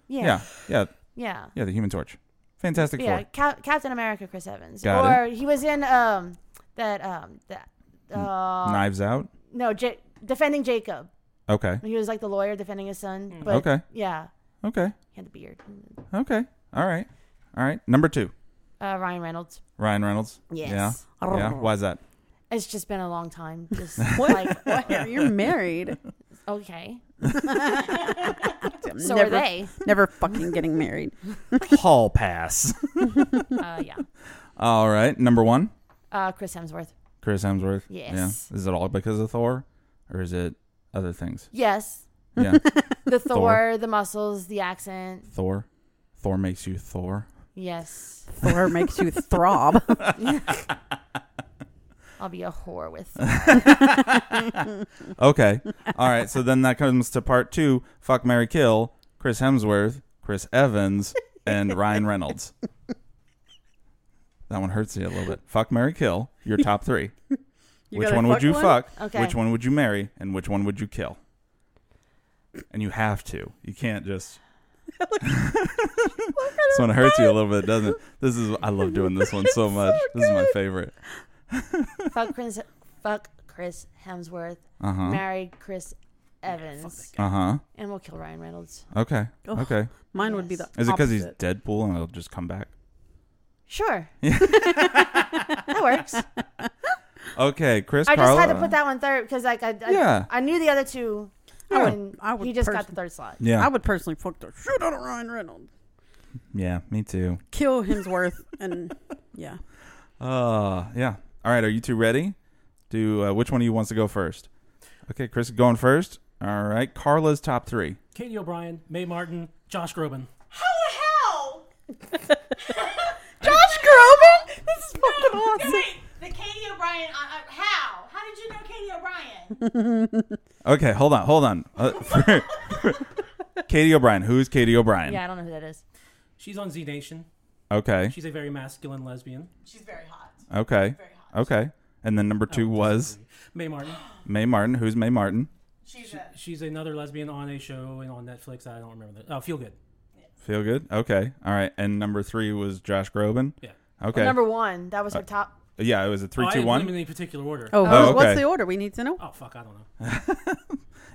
Speaker 3: yeah.
Speaker 2: Yeah,
Speaker 3: Yeah.
Speaker 2: yeah,
Speaker 3: Yeah.
Speaker 2: yeah. The Human Torch. Fantastic Four.
Speaker 3: Cap- Captain America, Chris Evans.
Speaker 2: Got
Speaker 3: or he was in um that um that uh
Speaker 2: Knives Out.
Speaker 3: no Ja- defending Jacob.
Speaker 2: Okay,
Speaker 3: He was like the lawyer defending his son. But
Speaker 2: Okay.
Speaker 3: Yeah.
Speaker 2: okay,
Speaker 3: He had the beard.
Speaker 2: okay. All right, all right. Number two,
Speaker 3: Uh, Ryan Reynolds.
Speaker 2: Ryan Reynolds.
Speaker 3: Yes.
Speaker 2: Yeah, yeah. Why is that?
Speaker 3: It's just been a long time. Just like
Speaker 5: Why- You're married.
Speaker 3: okay.
Speaker 5: I'm
Speaker 3: So
Speaker 5: never,
Speaker 3: are they.
Speaker 5: Never fucking getting married.
Speaker 2: Hall pass.
Speaker 3: Uh, yeah.
Speaker 2: all right, number one,
Speaker 3: Uh, Chris Hemsworth.
Speaker 2: Chris Hemsworth.
Speaker 3: Yes.
Speaker 2: Yeah. Is it all because of Thor, or is it other things?
Speaker 3: Yes.
Speaker 2: Yeah. Thor.
Speaker 3: The Thor, the muscles, the accent.
Speaker 2: Thor. Thor makes you Thor.
Speaker 3: Yes.
Speaker 5: Thor makes you throb.
Speaker 3: I'll be a whore with
Speaker 2: Okay. All right. So then that comes to part two. Fuck Mary Kill, Chris Hemsworth, Chris Evans, and Ryan Reynolds. That one hurts you a little bit. Fuck Mary Kill, your top three.
Speaker 5: You
Speaker 2: which
Speaker 5: gotta
Speaker 2: one would
Speaker 5: fuck
Speaker 2: you
Speaker 5: one?
Speaker 2: fuck?
Speaker 3: Okay.
Speaker 2: Which one would you marry? And which one would you kill? And you have to. You can't just This one hurts you a little bit, doesn't it? This is I love doing this one so much. This is my favorite.
Speaker 3: fuck Chris, fuck Chris Hemsworth,
Speaker 2: Uh huh.
Speaker 3: marry Chris Evans,
Speaker 2: Uh huh.
Speaker 3: and we'll kill Ryan Reynolds.
Speaker 2: Okay.
Speaker 5: Ugh.
Speaker 2: Okay.
Speaker 5: Mine would be the.
Speaker 2: Is it because he's
Speaker 5: opposite.
Speaker 2: Deadpool and it'll just come back?
Speaker 3: Sure, that works.
Speaker 2: Okay, Chris.
Speaker 3: I just had to
Speaker 2: Carlisle.
Speaker 3: put that one third because like I, I,
Speaker 2: Yeah.
Speaker 3: I knew the other two.
Speaker 5: I would-
Speaker 3: and
Speaker 5: I would
Speaker 3: he just
Speaker 5: pers-
Speaker 3: got the third slot.
Speaker 2: Yeah.
Speaker 5: I would personally fuck the shit out of Ryan Reynolds.
Speaker 2: yeah. Me too.
Speaker 5: Kill Hemsworth and yeah.
Speaker 2: Uh. Yeah. All right. Are you two ready? Do uh, which one of you wants to go first? Okay, Chris, going first. All right. Carla's top three.
Speaker 4: Katie O'Brien, Mae Martin, Josh Groban.
Speaker 6: How the hell?
Speaker 5: Josh Groban. This is fucking
Speaker 6: Wait,
Speaker 5: awesome.
Speaker 6: wait, the Katie O'Brien. Uh, uh, how? How did you know Katie O'Brien?
Speaker 2: Okay, hold on, hold on. Uh, for- Katie O'Brien. Who's Katie O'Brien?
Speaker 3: Yeah, I don't know who that is.
Speaker 4: She's on Z Nation.
Speaker 2: Okay.
Speaker 4: She's a very masculine lesbian.
Speaker 6: She's very hot.
Speaker 2: Okay.
Speaker 6: Very hot.
Speaker 2: Okay. And then number two was
Speaker 4: Mae Martin.
Speaker 2: Mae Martin. Who's Mae Martin?
Speaker 6: She's a.
Speaker 4: She's another lesbian on a show and on Netflix. I don't remember that. Oh, Feel Good.
Speaker 2: Feel good. Okay. All right. And number three was Josh Groban.
Speaker 4: Yeah.
Speaker 2: Okay.
Speaker 3: Oh, Number one, that was her top.
Speaker 2: yeah. It was a three,
Speaker 4: oh, I
Speaker 2: two,
Speaker 4: didn't put
Speaker 2: one.
Speaker 4: them in any particular order.
Speaker 5: Oh,
Speaker 2: Oh,
Speaker 5: what's
Speaker 2: okay.
Speaker 5: the order? We need to know.
Speaker 4: Oh, fuck, I don't know.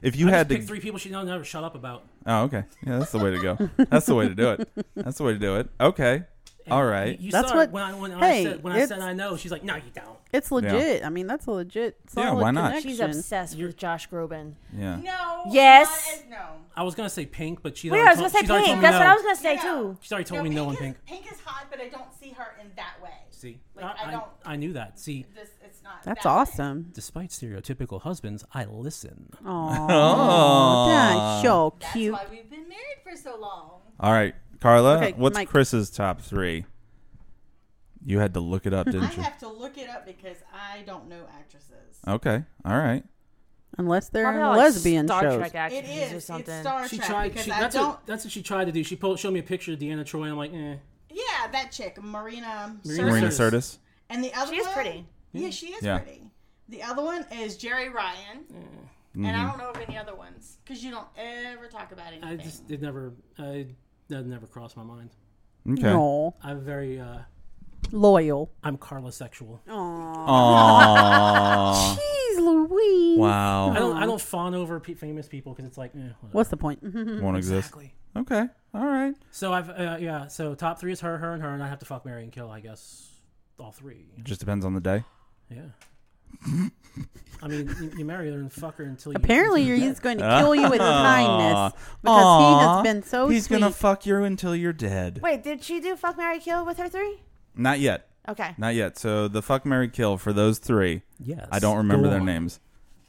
Speaker 2: If you
Speaker 4: I
Speaker 2: had
Speaker 4: just
Speaker 2: to
Speaker 4: picked three people she don't never shut up about.
Speaker 2: Oh, okay. Yeah, that's the way to go. That's the way to do it. That's the way to do it. Okay. All right.
Speaker 4: You, you
Speaker 5: That's
Speaker 4: saw
Speaker 5: what-
Speaker 4: it when I, when
Speaker 5: hey,
Speaker 4: I said when I said
Speaker 5: it's-
Speaker 4: I know. She's like, no, you don't.
Speaker 5: It's legit. I mean, that's a legit.
Speaker 2: Yeah,
Speaker 5: Solid
Speaker 2: why not?
Speaker 5: Connection.
Speaker 3: She's obsessed
Speaker 4: You're-
Speaker 3: with Josh Groban.
Speaker 2: Yeah.
Speaker 6: No.
Speaker 3: Yes.
Speaker 6: not as- no.
Speaker 4: I was gonna say Pink, but she's
Speaker 3: Wait,
Speaker 4: already
Speaker 3: I was gonna
Speaker 4: told-
Speaker 3: say
Speaker 4: she's
Speaker 3: pink.
Speaker 4: already told me
Speaker 3: That's what
Speaker 4: no.
Speaker 3: I was gonna say
Speaker 6: No.
Speaker 3: too.
Speaker 4: She's already told
Speaker 6: no,
Speaker 4: me no on
Speaker 6: pink
Speaker 4: Pink.
Speaker 6: is, Pink is hot, but I don't see her in that way.
Speaker 4: See,
Speaker 6: Like,
Speaker 4: I,
Speaker 6: I
Speaker 4: I-
Speaker 6: don't-
Speaker 4: I knew that. See,
Speaker 6: This, it's not.
Speaker 5: That's
Speaker 6: that way.
Speaker 5: awesome.
Speaker 4: despite stereotypical husbands, I listen.
Speaker 5: Oh, that's so
Speaker 6: That's
Speaker 5: cute.
Speaker 6: why we've been married for so long.
Speaker 2: All right, Carla.
Speaker 5: Okay,
Speaker 2: what's
Speaker 5: Mike.
Speaker 2: Chris's top three? You had to look it up,
Speaker 6: I
Speaker 2: didn't you?
Speaker 6: have to look it up because I don't know actresses.
Speaker 2: Okay. All right.
Speaker 5: Unless they're
Speaker 3: Probably
Speaker 5: in
Speaker 3: all, like,
Speaker 5: lesbian
Speaker 3: Star
Speaker 5: shows.
Speaker 3: Trek
Speaker 6: It
Speaker 3: actresses
Speaker 6: is.
Speaker 3: or
Speaker 6: It's
Speaker 3: something.
Speaker 6: Star
Speaker 4: She
Speaker 6: Trek
Speaker 4: tried.
Speaker 6: because
Speaker 4: She,
Speaker 6: I
Speaker 4: that's,
Speaker 6: don't.
Speaker 4: what, that's what she tried to do. She pulled, showed me a picture of Deanna Troy. I'm like, eh.
Speaker 6: yeah, that chick, Marina.
Speaker 4: Marina
Speaker 6: Sirtis.
Speaker 2: Marina
Speaker 4: Curtis.
Speaker 2: Sirtis.
Speaker 6: And the other
Speaker 3: She is
Speaker 6: one-
Speaker 3: pretty.
Speaker 6: Yeah, she is
Speaker 2: Yeah.
Speaker 6: pretty. The other one is Jerry Ryan, and I don't know of any other ones because you don't ever talk about anything.
Speaker 4: I just it never, I, that never crossed my mind.
Speaker 2: Okay.
Speaker 5: No,
Speaker 4: I'm very, uh,
Speaker 5: loyal.
Speaker 4: I'm Carla sexual.
Speaker 6: Oh,
Speaker 2: Aw.
Speaker 5: Jeez, Louise.
Speaker 2: wow.
Speaker 4: I don't, I don't fawn over pe- famous people because it's like, eh, whatever.
Speaker 5: What's the point? Mhm.
Speaker 2: Won't exist.
Speaker 4: exactly?
Speaker 2: Okay. All right.
Speaker 4: So I've, uh, yeah. So top three is her, her, and her, and I have to fuck, marry, and kill. I guess all three.
Speaker 2: Just depends on the day.
Speaker 4: Yeah. I mean, you, you marry her and fuck her until you
Speaker 5: Apparently,
Speaker 4: until
Speaker 5: you're
Speaker 4: you're
Speaker 5: he's going to kill you with kindness because he
Speaker 2: Aw.
Speaker 5: has been so
Speaker 2: He's
Speaker 5: sweet.
Speaker 2: gonna fuck you until you're dead.
Speaker 3: Wait, did she do fuck Mary Kill with her three?
Speaker 2: Not yet.
Speaker 3: Okay.
Speaker 2: Not yet. So the fuck Mary Kill for those three.
Speaker 4: Yes.
Speaker 2: I don't remember
Speaker 4: Go
Speaker 2: their
Speaker 4: on.
Speaker 2: names.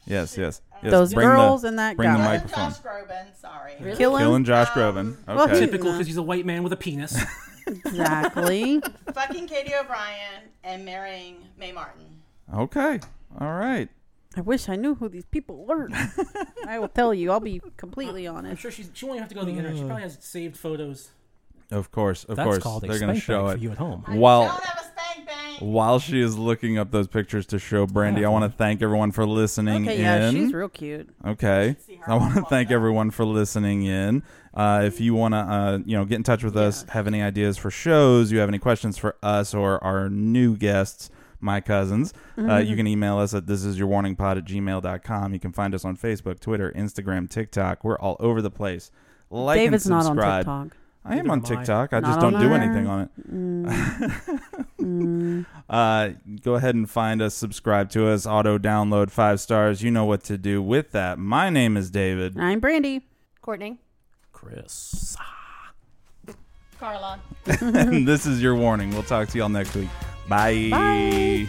Speaker 2: Yes, yes. yes
Speaker 5: Those
Speaker 2: bring the-
Speaker 5: girls and that
Speaker 2: bring the
Speaker 5: guy.
Speaker 6: Other
Speaker 2: microphone.
Speaker 6: Josh Groban. Sorry.
Speaker 5: Killing,
Speaker 2: Killing Josh Groban.
Speaker 5: well,
Speaker 2: Okay.
Speaker 5: he-
Speaker 4: Typical because he's a white man with a penis.
Speaker 5: exactly.
Speaker 6: Fucking Katie O'Brien and marrying Mae Martin.
Speaker 2: okay. All right.
Speaker 5: I wish I knew who these people were. I will tell you. I'll be completely
Speaker 4: I'm
Speaker 5: honest.
Speaker 4: sure she's, she won't even have to go to the internet. She probably has saved photos.
Speaker 2: Of course. Of course. They're gonna show it.
Speaker 4: at home.
Speaker 2: While
Speaker 6: Don't have a spank bang.
Speaker 2: while she is looking up those pictures to show Brandy, I want to thank everyone for listening
Speaker 5: Okay,
Speaker 2: in.
Speaker 5: yeah, she's real cute.
Speaker 2: Okay. I want to thank everyone for listening in. Uh,
Speaker 5: Mm-hmm.
Speaker 2: if you want to, uh, you know, get in touch with us, have any ideas for shows, you have any questions for us or our new guests, my cousins, uh,
Speaker 5: Mm-hmm.
Speaker 2: you can email us at this is your warning pod at gmail.com. You can find us on Facebook, Twitter, Instagram, TikTok. We're all over the place. Like
Speaker 5: David's
Speaker 2: and
Speaker 5: not on
Speaker 2: subscribe.
Speaker 5: TikTok.
Speaker 2: I am
Speaker 4: Neither
Speaker 2: on
Speaker 4: am I.
Speaker 2: TikTok. I,
Speaker 5: Not
Speaker 2: just don't
Speaker 5: on
Speaker 2: do
Speaker 5: there.
Speaker 2: anything on it. uh, go ahead and find us, subscribe to us, auto download five stars. You know what to do with that. My name is David.
Speaker 5: I'm Brandy.
Speaker 3: Courtney.
Speaker 4: Chris.
Speaker 6: Carla.
Speaker 2: and this is your warning. We'll talk to y'all next week. Bye.